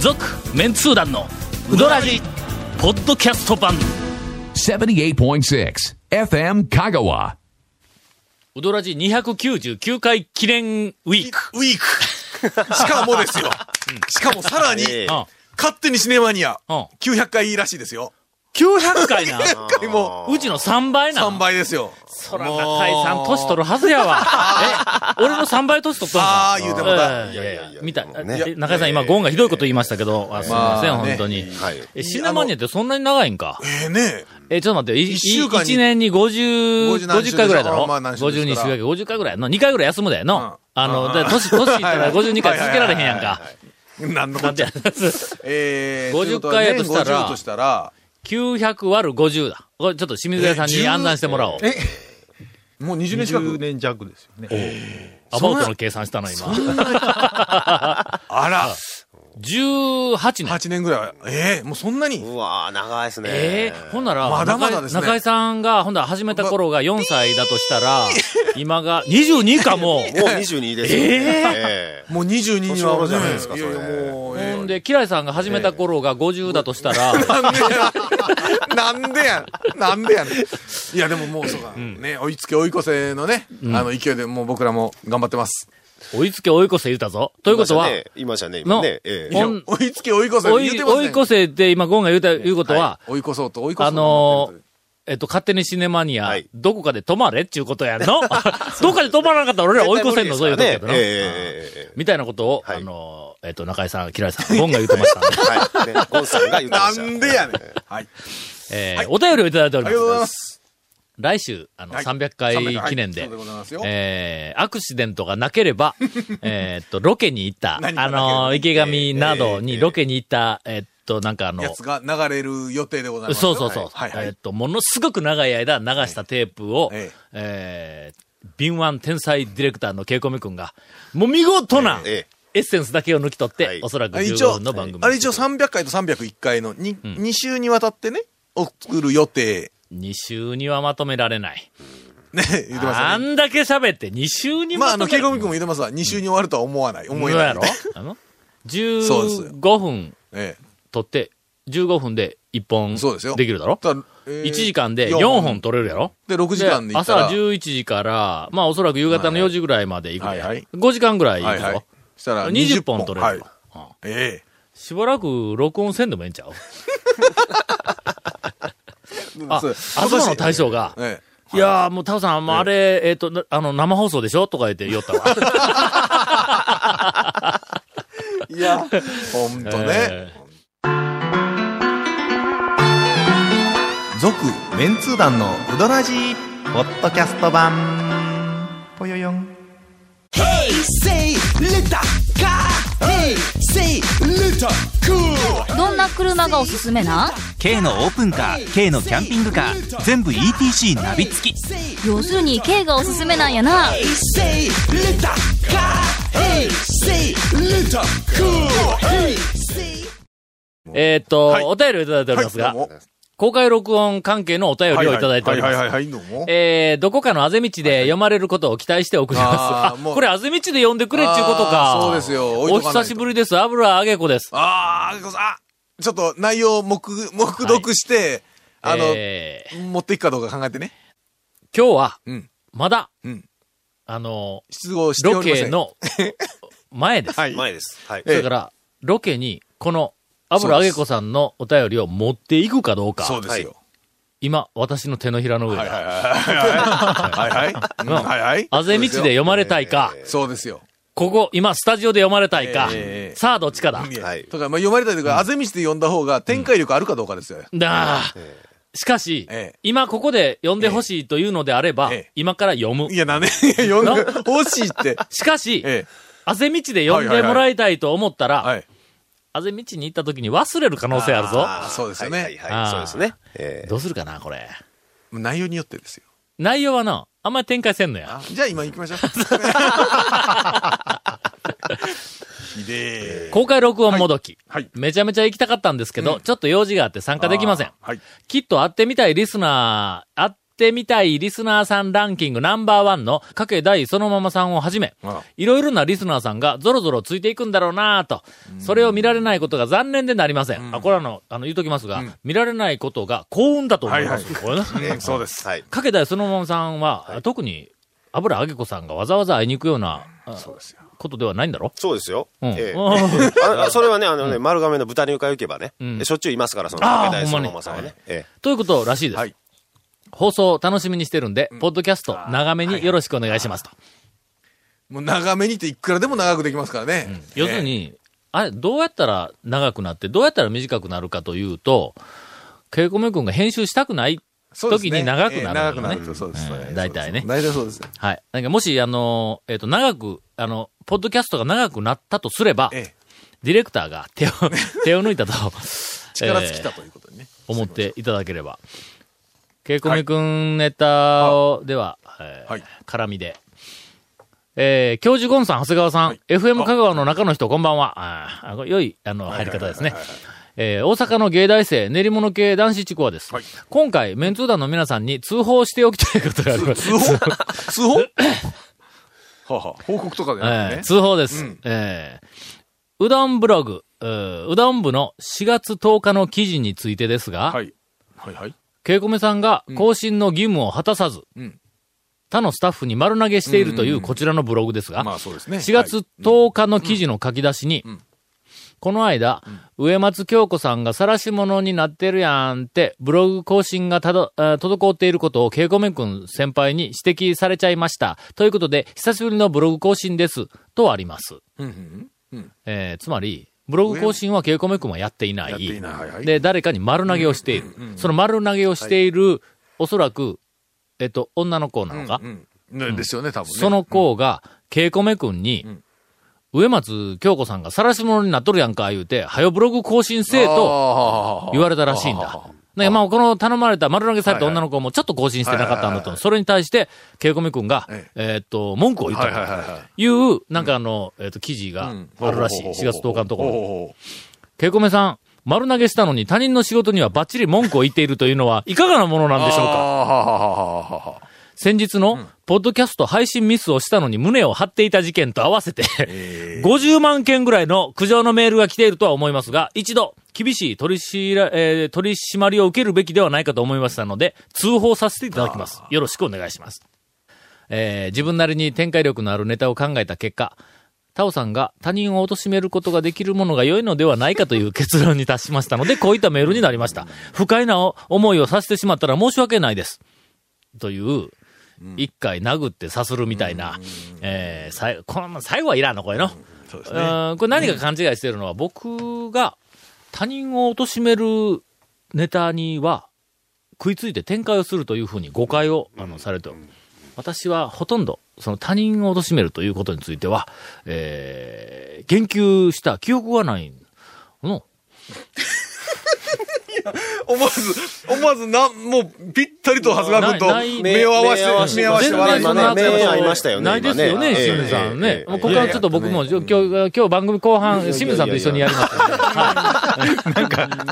続メンツー団のウドラジポッドキャスト版78.6 FM Kagawa. ウドラジ299回記念ウィークウィーク。しかもですよ。しかもさらに、ええあ勝手にシネマニア、うん900回らしいですよ。 900回な900回もうちの3倍な3倍ですよ。そら中井さん年取るはずやわえ俺の3倍年取ったんああ、言うてもだ。いやいやいやいや見た、ねえ中井さん、今、ゴンがひどいこと言いましたけど、あすみません、まあね本当に。はい。え、シネマニアってそんなに長いんかええねえ、ちょっと待って、いい一週間に一年に50、 50何週50回ぐらいだでしろょまあ何週です ?52 から週だけど50回ぐらいの、2回ぐらい休むだようんの。あの、だから 年、年いったら52回続けられへんやんか。え。なんのこなっんてちゃや。 ええ50回やとしたら年50としたら、 900割る50だ。これちょっと清水屋さんにえ10暗算してもらおう。えもう20年近10く。年弱ですよね。アバウトの計算したの、今。あら、 18年。 8年ぐらい。ええもうそんなに。うわー、長いですね。ええほんなら、まだまだですね中井中井さんが、ほんなら始めた頃が4歳だとしたら、今が22かもう。もう22ですよ。ええもう22には、年頃じゃないですかねやそれやもう、えほえんで、キライさんが始めた頃が50だとしたら、なんでやなんでやねん。いや、でももうそうか。ね、追いつけ追い越せのね、あの勢いでもう僕らも頑張ってます。追いつけ追い越せ言うたぞ。ということは、いましたね、いのましたね今ね。ええほん追いつけ追い越せ追言ってい、ます追いね。越せって今ゴンが言うた、いうことは、追い越そうと追い越そうあとのー、えっと、勝手にシネマニア、はいどこかで止まれっていうことや んの どっかで止まらなかったら俺ら追い越せんのぞ、いうことやねけどな。ええええええみたいなことを、はいあのー、えっと、中井さん、キライさん、ゴンが言ってま したんで、えはい。ねゴンさんが言ってまなした。んでやねん。はい。えーお便りをいただいておりあま。りがとうございますす。来週、あの、はい300回はい記念で、そうでございますよ。えー、アクシデントがなけれ ば、えーっと、ロケに行った、何かあなければのー、池上などえにーロケに行った、えーっと、なんかあの、やつが流れる予定でございます。そうそうそう。はいはえーっい。と、ものすごく長い間流したテープを、えええー、敏腕天才ディレクターのケイコミ君が、もう見事なえええエッセンスだけを抜き取って、はいおそらくあ一15応分の番組。、あれ一応300回と301回の 2, 二週にわたってね、送る予定。 2週にはまとめられない。ね、言ってましたあね。んだけ喋って2週にまあ、あまとの、めケイらコれミ君も言ってますわ。2週に終わるとは思わない。思どうえなやいろね。あのそうですよ ?15 分ええ。取って、15分で1本そうですよできるだろただえー1時間で4本取れるやろで、6時間でで行っ朝たら。 11時から、まあおそらく夕方のはいは4い時ぐらいまで行くね、はいはい5時間ぐらい行はくいぞ、はい。したら20本取れるはよい、うんえしばらく録音せんでもええんちゃうえあ、そう東の大将が、えいやーもうタオさん、もうあれ、えっ、と、なあの、生放送でしょとか言って言おったわ。 え。いや、ほんとね。えー続、メンツー団のウドラジーポッドキャスト版ぽよよん Say little car. Hey, say little cool. どんな車がおすすめなん K のオープンカー K のキャンピングカー全部 ETC ナビ付き要するに K がおすすめなんやな。 Hey, say little car. Hey, say little cool. Hey, say. えーっと、はいお便りをいただいておりますが、はいどうも公開録音関係のお便りをいただいておりまはいはいす。はいはい、どうも。えー、どこかのあぜ道で読まれることを期待して送ります。あーあ もうこれあぜ道で読んでくれっていうことかあ。ーそうですよ置いおとかないと久しぶりです。油揚げ子です。あー、あ、ちょっと内容を目、目読して、あの、えー持っていくかどうか考えてね。今日は、うん。まだ、うんあの、失語してロおりませケん。の 前です。はい。前です。はい。ええだから、ロケに、この、油揚げ子さんのお便りを持っていくかどうか。そうですよ。今、私の手のひらの上で。はいはいはいはい。はいはい。 うんはいはい。あぜ道で読まれたいか、そうですよ。ここ、今、スタジオで読まれたいか、ええさあ、どっちかだ。いやはいとか、まあ、読まれたりとか、あぜ道で読んだ方が展開力あるかどうかですよ。だあえしかし、ええ今ここで読んでほしいというのであれば、ええ今から読むい。や、なんで、 読んで、欲しいって。しかし、 えあぜ道で読んでもらいたいと思ったら、え。はい。あぜ道に行った時に忘れる可能性あるぞ。ーそうですよねはいはいあはーい。そうですね。ええどうするかな、これ。内容によってですよ。内容はな、あんまり展開せんのや。あじゃあ今行きましょ う。ひでえ。公開録音もどき。はいはいめちゃめちゃ行きたかったんですけど、ちょっと用事があって参加できません。はい。きっと会ってみたいリスナー、会っってみたいリスナーさんランキングナンバーワンの、かけ大そのままさんをはじめああ、いろいろなリスナーさんがゾロゾロついていくんだろうなぁと、それを見られないことが残念でなりません。あ、これはあの、あの、言うときますが、見られないことが幸運だと思います。はいこれねねそうです。はい。かけたいそのままさんは、特に油揚げ子さんがわざわざ会いに行くようなあことではないんだろそうですよ。うんええあ ああそれはね、あのね、丸亀の豚に床行けばね、んしょっちゅういますから、その、あー竹ほ田んまそにのおまさんはね。えということらしいです。はい放送を楽しみにしてるんで、ポッドキャスト長めによろしくお願いしますと。もう長めにっていくらでも長くできますからね。要するに、あれ、どうやったら長くなって、どうやったら短くなるかというと、ケイコメ君が編集したくないそうですね、時に長くなるんだよねええ長くなるとそうです。うんそうです大体ね大体そうです。はい。なんかもし、あの、えっ、と、長く、あの、ポッドキャストが長くなったとすれば、ええディレクターが 手を、手を抜いたと、力尽きたということでね。えー思っていただければ。ケイコミ君ネタを、では、えーはい絡みで。えー教授ゴンさん、長谷川さん、FM 香川の中の人、こんばんは。あーあこれ良い、あの、入り方ですね。えー大阪の芸大生、練り物系男子ちくわです。はい今回、メンツー団の皆さんに通報しておきたいことがあります。通報通報 はあはあ報告とかで えね。え通報です。うんええうどんブログ、えーうどん部の4月10日の記事についてですが、はい。はいはい。ケイコメさんが更新の義務を果たさず、うん他のスタッフに丸投げしているといんうんうこちらのブログですが、まあそうですね。 4月10日の記事の書き出しに、んこの間、植松京子さんが晒し者になってるやんって、ブログ更新がたど、あ滞っていることをケイコメ君先輩に指摘されちゃいました。ということで、久しぶりのブログ更新です。とあります。はい。うんえーつまり、ブログ更新はケイコメ君はやっていない。やっていないはいはいで、誰かに丸投げをしている。その丸投げをしている、おそらく、えっと、女の子なのか、うんうんねですよね、多分ね。その子が、ケイコメ君に、植松京子さんが晒し者になっとるやんか、言うて、はよブログ更新せえとと言われたらしいんだ。なんかまあ、この頼まれた丸投げされた女の子もちょっと更新してなかったんだと。それに対して、ケイコメ君がえ、えっと、文句を言ったはいとはいはいはい。いう、なんかあの、えっと、記事があるらしい。4月10日のところに。ケイコメさん、丸投げしたのに他人の仕事にはバッチリ文句を言っているというのは、いかがなものなんでしょうかか。先日の、ポッドキャスト配信ミスをしたのに胸を張っていた事件と合わせて、50万件ぐらいの苦情のメールが来ているとは思いますが、一度、厳しい取りしら、えー取り締まりを受けるべきではないかと思いましたので、通報させていただきます。よろしくお願いします。えー自分なりに展開力のあるネタを考えた結果、タオさんが他人を貶めることができるものが良いのではないかという結論に達しましたので、こういったメールになりました。不快な思いをさせてしまったら申し訳ないです。という、一回殴ってさするみたいな、えー、さいこの最後はいらんの、これの。そうですね。うんこれ何か勘違いしてるのは、僕が他人を貶めるネタには、食いついて展開をするというふうに誤解を、あの、されておる私はほとんど、その他人を貶めるということについては、えー、言及した記憶がないの。思わず、思わず、な、もう、ぴったりと長谷川君ないないと目を合わせて、目を合わせ全て然笑いそんまねな今ね目合いましたよねないですよね、今ね清水さんねえ。えもうここはちょっと僕も、今日、今日番組後半、清水さんと一緒にやりますんで。な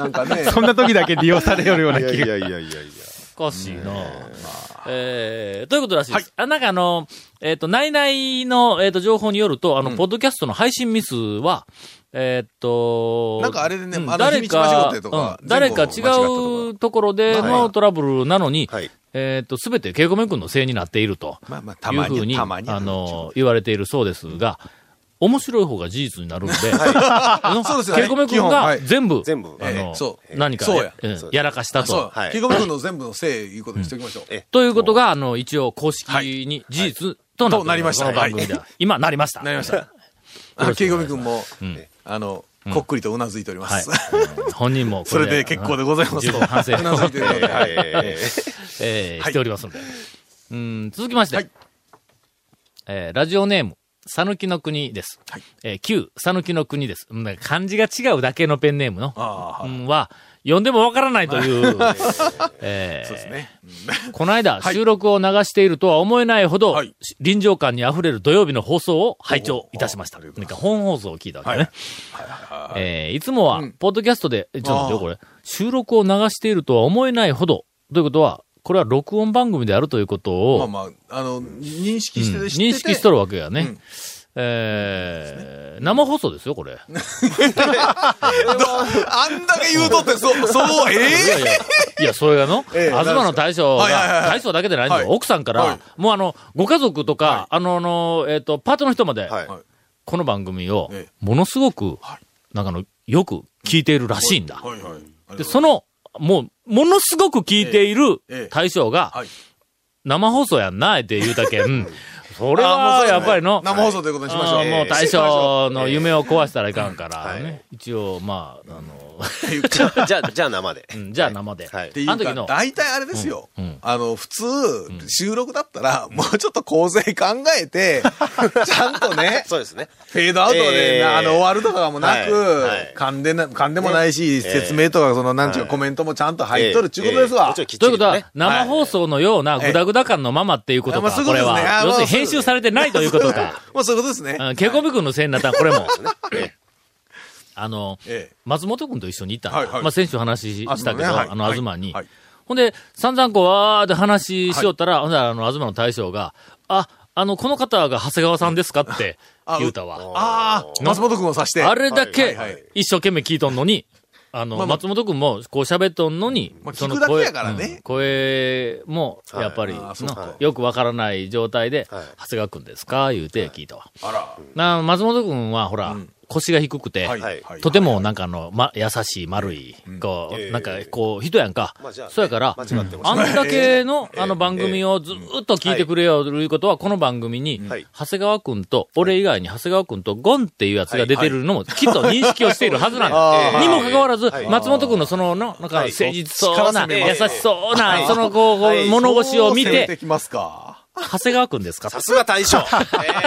んかね。そんな時だけ利用されるようないやい気が。やいやいやいや。おかしいな、えー、ということらしいです。あなんかあの、えっ、と、内々の、えー、と情報によると、あの、ポッドキャストの配信ミスは、えーっと、なんかあれでねうあの誰秘密間違っかて、とかうん誰か全部間違った違とうところでのトラブルなのに、はい。えーっと、すべてケイコメ君のせいになっていると。まあまあ、たまいうふうに、に、たまに。あ、の、言われているそうですが、面白い方が事実になるんで、そうですよねケイコメ基君本はがい全部、全部あのええそう何かそうやええそうややらかしたと。そうは。いケイコミ君の全部のせい、いうことにしておきましょう。えということが、あの、一応公式に事実となっておとなりましたこの番組では。今、なりました。なりま した。よろあしケくイおコ願いミし君も、あの、こっくりとうなずいておりまはいす。。うん本人も それで結構でございます十分反省をうなずいてるのではい ええーはいしておりますので。うん、続きまして、はいえーラジオネーム、さぬきの国です。はいえー旧、さぬきの国です。うんなんか漢字が違うだけのペンネームの、あうあ、んは、読んでもわからないとい う、そうですね。この間、収録を流しているとは思えないほど、はい臨場感にあふれる土曜日の放送を拝聴いたしました。なんか本放送を聞いたわけね。えーいつもは、ポッドキャストで、えちょっと待ってよ、これ、収録を流しているとは思えないほど、ということは、これは録音番組であるということを、まあまあ、あの、認識してうんて、知ってて認識しとるわけやね。うんえー生放送ですよ、これ。あんだけ言うとって、 そう、そう、いやいええや、いや、それがの、 ええ東の大将はいはいはいが、はい大将だけでないんだよはい奥さんから、はいもうあの、ご家族とか、あの、あの、えっ、と、パートの人まで、はい。はいこの番組をええ、ものすごく、はいなんかあの、よく聞いているらしいんだ。はいはい。で、その、もう、ものすごく聞いているええええ大将が、はい生放送やんな、って言うたけん、それあもはうそうですねやっぱりの、生放送ということにしましょあう。ーもう大将の夢を壊したらいかんから、ねええはい一応、まあ、あの、じゃあ、じゃあ、じゃあ生で。うんじゃあ生で。はいっていあの時うのか、大体あれですよ。うんうんあの、普通、収録だったら、もうちょっと構成考 えて、ちゃんとね、 そうですね。フェードアウトで、えーあの、終わるとかもなく、はいはい噛んでな、噛んでもないし、えー説明とか、その、なんちゅうはかコいメントもちゃんと入っとるっちゅうことですええええわもち。ろんきっちというこりととはね、生放送のようなグダグダ感のままっていうことええまあか、そういうこことれですねはあ。要するにまあそうですね編集されてないということ か。もうそういうことですね。うんケコビ君のせいになったんこれも。あの、ええ松本君と一緒に行ったんだはいはいまあ先週話ししたけど、東ねはいあの、東に。はいはいほんで、散々こう、わーって話しよったら、ほんで、あの、東の大将が、あ、あの、この方が長谷川さんですかってあ言うたわ。ああ、松本君を指して。あれだけはいはいはい、一生懸命聞いとんの に、あまの、あまあ松本君も、こう喋っとんのにま、あその聞くだけ声やからねうん声も、やっぱり、はいあなーそうかよくわからない状態ではい、長谷川君ですか言うて聞いたわ。あら。な、松本君は、ほらうん、腰が低くて、はいとてもなんかあの、ま、優しい、丸い、こう、ええなんかこう、人やんかまあじゃあ。ねそうやから、間違ってますあんだけのええあの番組をずーっと聞いてくれよということは、この番組にはい、長谷川くんと、俺以外に長谷川くんとゴンっていうやつが出てるのも、きっと認識をしているはずなんあだ。あ にもかかわらずはい、松本くんのその、のなんかはい誠実そうな、ええ優しそうはな、いそのこうこはう、い物腰を見そう攻めて、きますか。長谷川くんですかさすが 大将。そ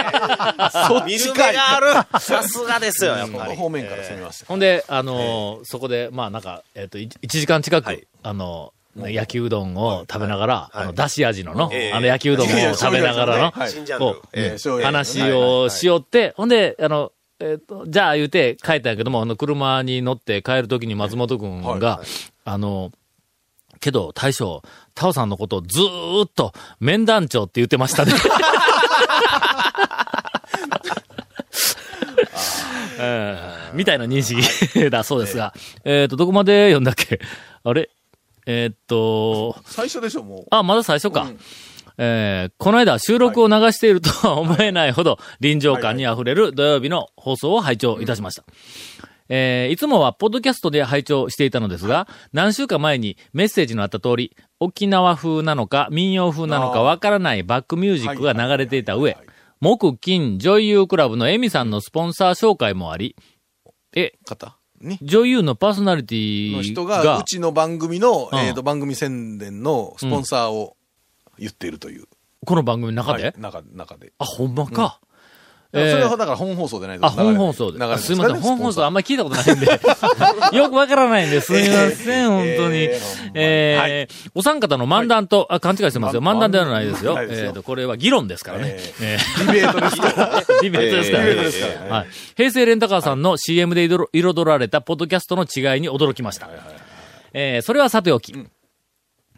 っちかい。がある。さすがですよ、やっこぱのり。方面から攻めました。ほんで、あのーそこで、まあなんか、えっ、と、い1時間近く、はいあのーね焼きうどんを食べながら、はいあの、だし味のの、ええあの焼きうどんを食べながらの、はい新ジャンルこ。ええ醤油話をしよって、ほんで、あの、えっ、と、じゃあ言うて帰ったんやけども、あの、車に乗って帰るときに松本くんが、はいはあの、けど、大将、タオさんのことをずーっと、面談長って言ってました ね。 うんみたいな認識だそうですが、えっ、と、どこまで読んだっけあれえっ、と、最初でしょ、もう。あ、まだ最初か。うんえーこの間収録を流しているとは思えないほど臨場感に溢れる土曜日の放送を拝聴いたしました。えーいつもはポッドキャストで拝聴していたのですが、何週間前にメッセージのあった通り、沖縄風なのか民謡風なのかわからないバックミュージックが流れていた上、木金女優クラブのエミさんのスポンサー紹介もあり、え、方に。女優のパーソナリテのィ人が、が、うちの番組の、うんえーと、番組宣伝のスポンサーを言っているという。この番組の中で、はい中中で。あ、ほんまか。そえーれはだから本放送でないとあ、流れな本放い送流れなで。いすいません、本放送あんんまり聞いたことないん で。よくわからないんです。すいません、本当にえーほんま。えー、お三方の漫談と、あ、勘違いしてますよ。ま漫談ではないですよ。ないですよえっと、これは議論ですからね。えーディベートで すから。ディベートですからディベートですからね。はい。平成レンタカーさんの CM で彩彩られたポッドキャストの違いに驚きました。えーそれはさておき。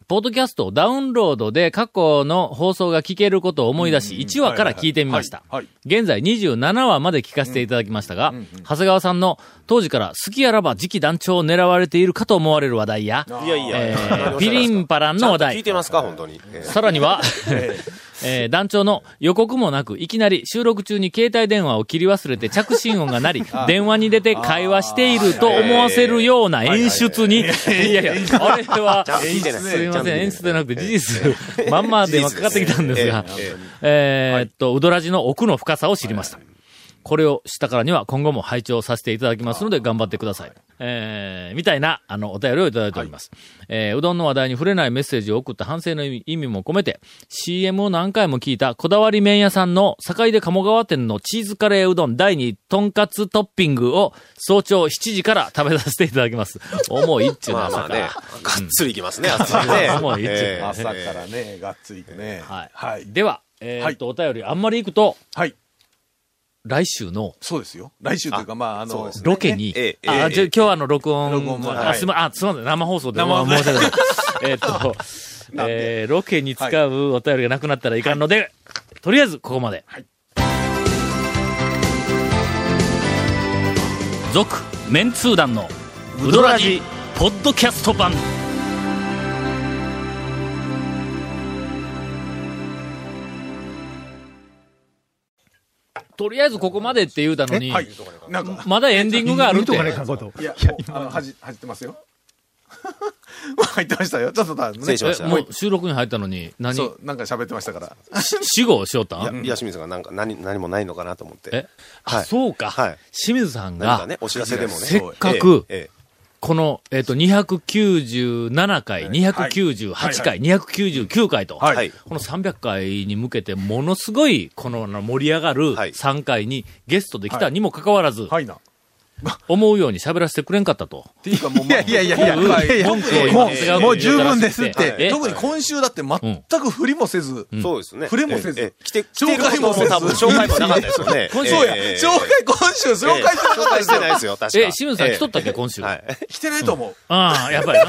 ポッドキャストをダウンロードで過去の放送が聞けることを思い出し、1話から聞いてみました。はいはい現在27話まで聞かせていただきましたが、長谷川さんの当時から好きあらば次期団長を狙われているかと思われる話題や、いやいえーや。ピリンパランの話題ちゃんと聞いてますか、本当に。え えさらには、えー団長の予告もなく、いきなり収録中に携帯電話を切り忘れて着信音が 鳴り、電話に出て会話していると思わせるような演出に、いやいや、あれは、 ちゃんと聞いてない。すいまちゃせん、んと聞いて演出じゃなくて事実、まんま電話かかってきたんですが事実ですね、えーっと、うどらじの奥の深さを知りました。これを知ったからには今後も拝聴させていただきますので頑張ってください。えー、みたいな、あの、お便りをいただいております。えー、うどんの話題に触れないメッセージを送った反省の意味意味も込めて、CM を何回も聞いたこだわり麺屋さんの境で鴨川店のチーズカレーうどん第2とんかつトッピングを早朝7時から食べさせていただきます。重いっちゅうまな、あま朝あかねら。、がっつりいきますね、あっつりねもういいっちゅうええ朝からね、がっつりね。はい。はい。では、えーっと、お便りあんまり行くと、はい。来週のそうですよ。来週というか、まあ、あそうので、すねロケに、ええあ、ええじゃあ今日はあの、録音、録音もあはいすま、あ、すまん、生放送で、生放申送し訳ない。えっと、なんでえーロケに使うお便りがなくなったらいかんので、とりあえずここまで。続、メンツー団のウドラジポッドキャスト版。とりあえずここまでって言うたのに、はい。なんか、まだエンディングがあるって。いや、もうあの、はじ、入ってますよ。 入ってましたよ。ちょっとだ、ね、失礼しましえた。もう収録に入ったのに、何そう、なんか喋ってましたから。死後しよったんいや、清水さんがなんか何何もないのかなと思って。え、あはいそうか、はい清水さん何がか、ね、お知らせでもね。せっかくえええこの、えっ、と、297回、はい298は回、299回と、はいはいこの300回に向けて、ものすごい、このあの盛り上がるはい3回にゲストできたにもかかわらず、はいな。っ思うように喋らせてくれんかったと。ていうか、もう、いいやいやいや今回いやいや文句を今もう長谷川君に言ったらしくてもう十分ですってえ特に今週だって全く振りもせず、えそうですね。触れもせずええええ来て、来てることも紹介もせず多分紹介もなかったですよね。今 そうや、ええええ紹介、今週紹介してな紹かった介でしすてよないですよ、確かえ、清水さん来とったっけ、今週。はい。来てないと思う。ああ、やっぱりな。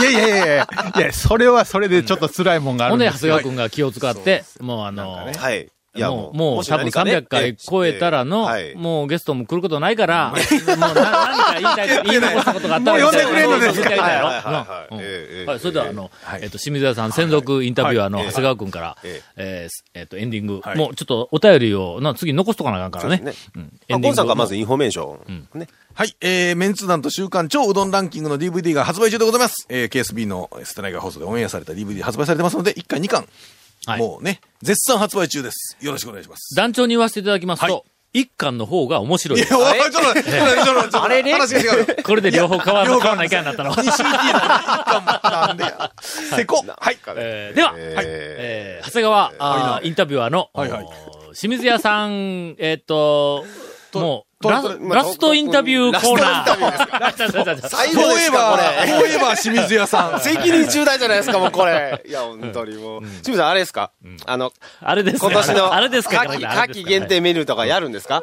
いやいやいやいや、いや、それはそれでちょっと辛いもんがあほるんで、んで長す谷川君が気を使って、もうあの、はい。いもう、もうし多分何かね300回超えたらの、はいもうゲストも来ることない から、もうな何か言いたい、言い残したことがあったら、もう呼んでくれんのですか言いたいだろはいはいはいうんええええはいそれでは、あの、えっと、清水屋さん専属インタビュアーのはいええ長谷川君から、ええーえっと、エンディング、はいもうちょっとお便りを、な次残しとかなあかんからね。そうですうんあ、ゴンさんがまずいインフォメーション。ね。はい、えー、メンツ団と週刊超うどんランキングの DVD が発売中でございます。えー、KSB のスタナイガー放送でオンエアされた DVD 発売されてますので、1巻2巻、はいもうね、絶賛発売中です。よろしくお願いします。団長に言わせていただきますはと、一巻の方が面白いいですや、。おいちょっと待って、ちょっと待ってちょっと待って、あれ話が違うよ。 これで両方変わらな、変わらないかんなったの。なんでや。せこ。はい。 えーでは、えー長谷川、あーインタビュアーの、はいはいおー清水屋さん、えーっと、もうとラとス、まラあストインタビューコーナー。そういえば最後ですか、、これ。そういえば清水屋さん。責任重大じゃないですか、もうこれ。 いや、本当にもう。清水さん、あれですかあの、 あれですか今年の、あれ ですか夏季あれ夏です季か限定メニューとかやるんですか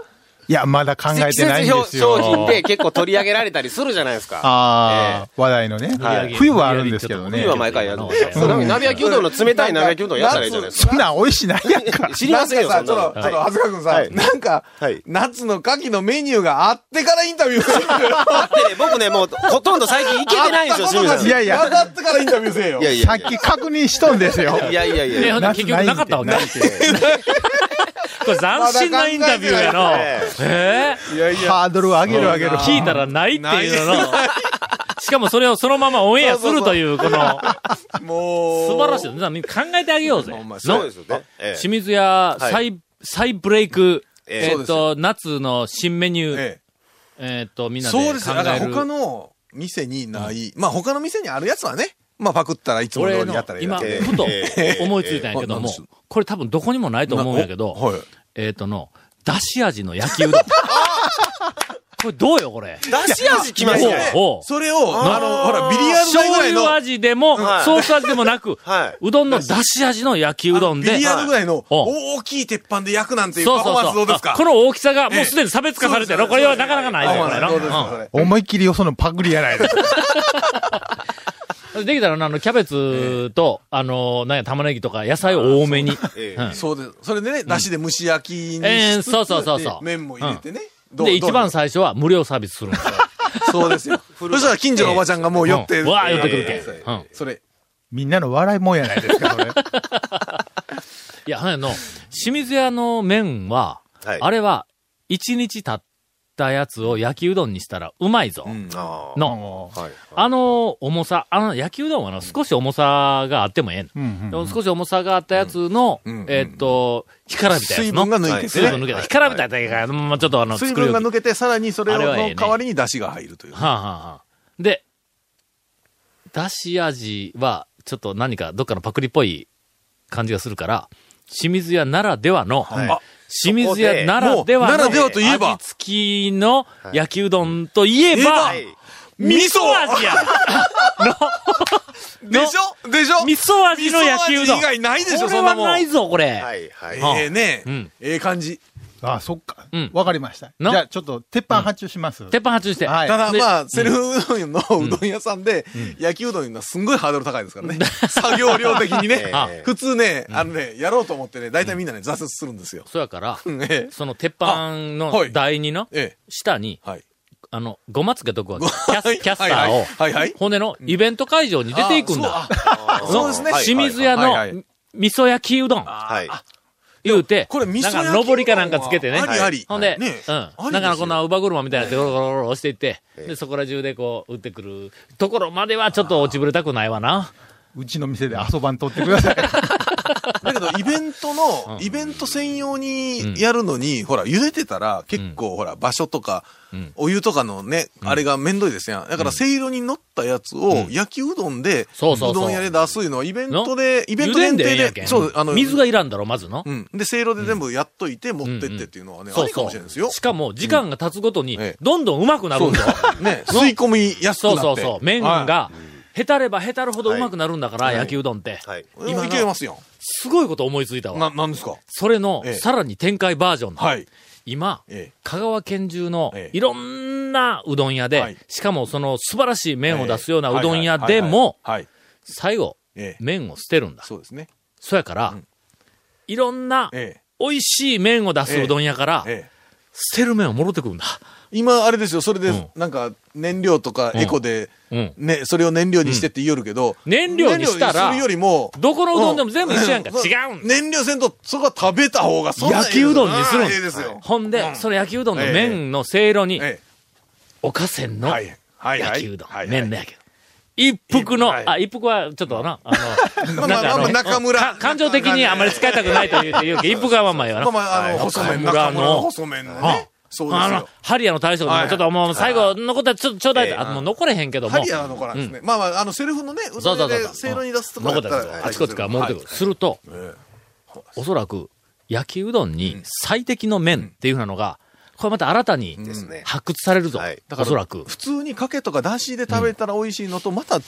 いや、まだ考え季てないん節です表よ。商品で結構取り上げられたりするじゃないですか。ああ、話題のね、はい冬はあるんですけどね。冬は毎回やるんですよ。うんそうなのに鍋焼きうどんの冷たい鍋焼きうどんやったらいいじゃないですか。そんなん美味しないやんか。知りませんよ、なそんんかさちょなの。っと、ちょっと、はずかくんさ、はいなんか、はい夏の牡蠣のメニューがあってからインタビューするよ。だってね、僕ね、もう、ほとんど最近行けてないんですよ、清水さん。いやいや分かってからインタビューせえよ。いやいさやっき確認しとんですよ。いやいやいやいねほやんで結局なかったわけ。こ れ斬新なインタビューやの。えいやいや。ハードルを上げる上げーる。聞いたらないっていうのの。しかもそれをそのままオンエアするという、この、もう。素晴らしい。みんな考えてあげようぜ。ほんまそうですよね。ええ清水屋はい再、再ブレイク、えええそうっですと、夏の新メニュー、ええっと、みんなえで考えそうる。ですよ。だから他の店にない、まあ他の店にあるやつはね、まあパクったらいつも通俺りのやったらいい今、だけでふと思いついたんやけどもえええ、これ多分どこにもないと思うんやけなど、おはい。えっとの、だし味の焼きう どん。これどうよ、これ。出し味きましたね。おうおうそれを、あの、ほら、ビリヤード台ぐ醤らいの油、味でも、はいソース味でもなくはい、うどんのだし味の焼きうどんビでリ、ヤードぐらいのお大きい鉄板で焼くなんていうそうパフォーそマうンスそどううですあかこの大きさがもうすでに差別化されてる。これはなかなかないパぞ、フこォーマれンスどうですなか。うそんれ思い切りよそのパクリやないですか。できたら、あの、キャベツと、あの、なんや、玉ねぎとか野菜を多めに。えうんそうです。それでね、だしで蒸し焼きにしえーつつそうそうそうそう麺も入れてね。どうで、一番ど最初は無料サービスするんですよ。うそうで すよ。そしたら近所のおばちゃんがもう 寄って。うんうわー寄ってくるけんえーうんそれ。みんなの笑いもんやないですか、それ。いや、あの、清水屋の麺は、はいあれは、一日経ったやつを焼きうどんにしたらうまいぞ。うんえあの、あ。はい。あの、重さ、あの、焼きうどんはあの少し重さがあってもええの。うんでも少し重さがあったやつの、うんえーっと、干からびたやつ水の。分が抜いて水ね分抜けた。干からびたやつが、まあちょっとあの、水作り分置がき抜けて、さらにそれあれはええのね代わりに出汁が入るという。はあ、はあはあ、で、だし味は、ちょっと何かどっかのパクリっぽい感じがするから、清水屋ならではの、はいあ清水屋ならではの、もうならではといえば味付きの焼きうどんといえば、はい。味噌味や のでしょでしょ味噌味の焼きうどん味噌味以外ないでしょこれそんはなもんないぞ、これ。はい。はい。ええねうんええ感じ。あそっかうん。わかりました。じなゃあ、ちょっと、鉄板発注します。鉄板発注して。はいただでまあ、セルフうどんのうどん屋さんで、焼きうどんいうのはすんごいハードル高いですからね。 作業量的にねあ。普通ね、あのね、やろうと思ってね、大体みんなね、挫折するんですよ。そうやから、うん ええその鉄板あはのい台にな、え下に、え。はい。あの、ごまつけとくわけ。ごキャスキャスターを、はいはいはいはい骨のイベント会場に出ていくんだ。そうですね。はい清水屋はいはいの味噌焼きうどん、はい。言うて、これ味噌焼きなんか、のぼりかなんかつけてね。ありあり。ほんで、ねうありですよん。だからこんな乳母車みたいなやつでゴロゴロゴロ押していって、で、そこら中でこう、打ってくるところまではちょっと落ちぶれたくないわな。うちの店で遊ばんとってください。だけど、イベントの、イベント専用にやるのに、ほら、茹でてたら、結構、ほら、場所とか、お湯とかのね、あれが面倒いですやん。だから、せいろに乗ったやつを、焼きうどんで、そうそうそうどん屋で出すいうのは、イベンのトで、イベント限茹でんでええん定やで、けんそう、あの、水がいらんだろ、まずの。うん。で、せいろで全部やっといて、持ってってっていうのはね、ありかもしれないですよ。しかも、時間が経つごとにええ、どんどん上手くなるんだよ。 ね、吸い込みやすくなそっうて。そうそう。麺が、へたればへたるほどは上い手くなるんだから、焼きうどんって。はい。今いけますよ。すごいこと思いついたわ。な、なんですかそれのええ、さらに展開バージョンの。はい。今ええ、香川県中のええいろんなうどん屋はでい、しかもその素晴らしい麺を出すようなええうどん屋でも、はいはいはいはい。最後、ええ。麺を捨てるんだ。そうですね。そやから、いろんなえ美味しい麺を出すうどん屋からえ。、ええ。捨てる麺をもろってくるんだ。今、あれですよ、それで、うんなんか、燃料とかんエコで、うんね、それを燃料にしてって言いよるけど、うん燃料にしたら燃料にするよりも、どこのうどんでも全部一緒やんかうそ違うん燃料せんと、そこは食べた方が、そんなん焼きうどんにするんあーええですよ。ほんうで、んその焼きうどんの麺のせいろに、えおかせんえ。のはい。はい。焼きうどんはい。、麺のやけど。一服の、はいあ、一服はちょっとな、あの、 まあまあまあ中村か感情的にあまり使いたくないというて言うけど、一服はまあまあ言わまな。あまあ、あの、細中麺、村中の村の細麺のね。そうですあよの。、ハリアの大将でもちょっともう最後残ったらちょちょうだいええと、あもう残れへんけども。ハリアは残らんですね。まあまあ、あの、セルフのね、うそどうんそうそう屋でそう。せいろに出すとか残だっったたらら、あちこちから持ってくる。すると、る。おそらく、焼きうどんに最適の麺っていうふうなのが、これまた新たにすね発掘されるぞはい。おそらく。普通にかけとかだしで食べたら美味しいのと、また違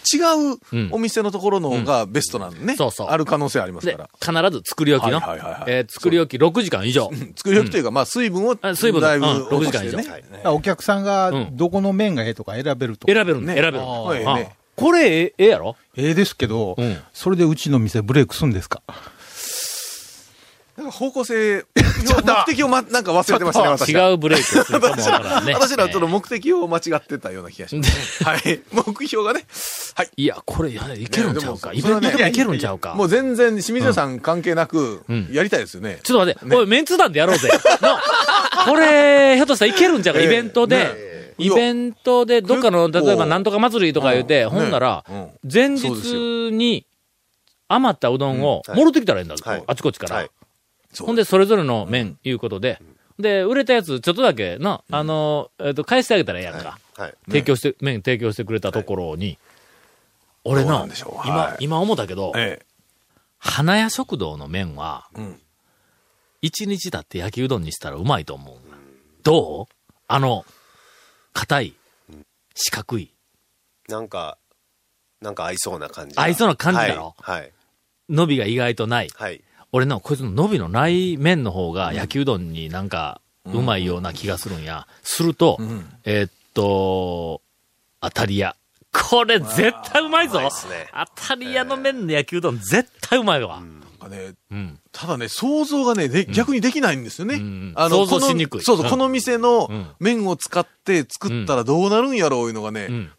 うんうお店のところの方がベストなんでね。そうそうある可能性ありますでから、。必ず作り置きのはいはいはいはい、えー作り置き6時間以 上。作り置きというか、まあ、水分を、だあい水分ぶだ落うんとして6時間以ね上はいだからお客さんがう、んどこの麺がええとか選べると。選べるんだ、ね選べるんだ。あーあええねこれ、えええやろええですけどうん、それでうちの店ブレイクすんですかなんか方向 性、目的をま、なんか忘れてま したね、私ら。違うブレイクするかもわからんね。 私らちょっと目的を間違ってたような気がします、ね。はい。目標がね。はい。いや、これ、いやいけるんちゃうか。いイやベでントもでもそれはねいけるんちゃうか。もう全然、清水屋さん関係なく、やりたいですよね。ちょっと待って、これメンツ団でやろうぜ。 のこれ、ひょっとしたらいけるんちゃうか、ええイベントねで。えイベントで、どっかの、結構例えばなんとか祭りとか言うて、うんほんならねう、前そうです日に余ったうどんを、うんはいもろてきたらいいんだはいあちこちかはらい。ほんで、それぞれの麺、いうことで。で、売れたやつ、ちょっとだけ、な、あの、えっと、返してあげたらええやんか。はい。提供して、麺提供してくれたところに、俺どうななんでしょうは今い、今思ったけど、え花屋食堂の麺はん、一日だって焼きうどんにしたらうまいと思う。どうあの、硬い、四角い、なんか、なんか合いそうな感じ。合いそうな感じだろはい。はい伸びが意外とない。はい。俺な、こいつの伸びのない麺の方が焼きうどんになんか、うまいような気がするんや。すると、えーっと、当たり屋。これ絶対うまいぞうまいっすね当たり屋の麺の焼きうどん絶対うまいわ。えなんかね、うん。ただね、想像がね、で逆にできないんですよね。うんあ想の像このしにくいそうそう、うんこの店の麺を使って作ったらどうなるんやろういうのがね、うん。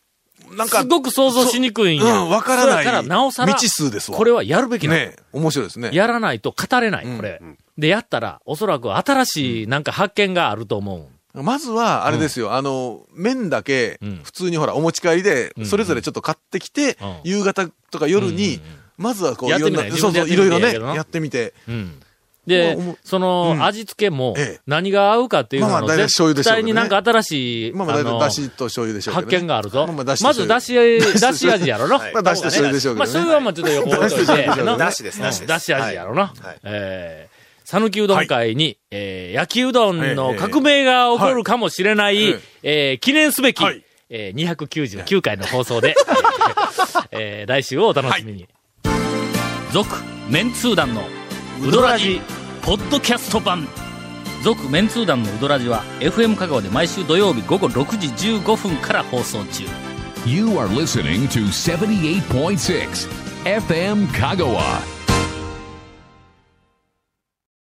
なんか、すごく想像しにくいんうや。ん、わからない。それからなおさら、未知数ですわ。これはやるべきなのね、面白いですね。やらないと語れない、うんこれ。で、やったら、おそらく新しいなんか発見があると思う。まずは、あれですよ、あの、麺だけうん、普通にほら、お持ち帰りでう、んそれぞれちょっと買ってきて、うん夕方とか夜に、うんうんまずはこう、やってみいろないん自そう分でそやっう、ていみてろいやろねけどな、やってみて。うん。まあ思でう、そのうん味付けもええ、何が合うかっていうまあののまあ大体醤油で絶しょう対けどねになんか新しい、まあまあ、あだいのだしと醤油でしょうけ発どね見があるぞ。まあまあ、まだしとず、醤だ油し、だし味やろな。はいまあ、だしと醤油でしょうけどね。まあ、それはまあちょっと横置いといて、なだしですだしですだし味やろなはい。えー讃岐うどん会に、えー焼きうどんの革命が起こるかもしれないええ、えー記念すべきはい、えー299回の放送 で、えー来週をお楽しみに。続、メンツー団の、ウドラジ、ポッドキャスト版。続メンツー団のウドラジは FM 香川で毎週土曜日午後6時15分から放送中 You are listening to 78.6 FM Kagawa.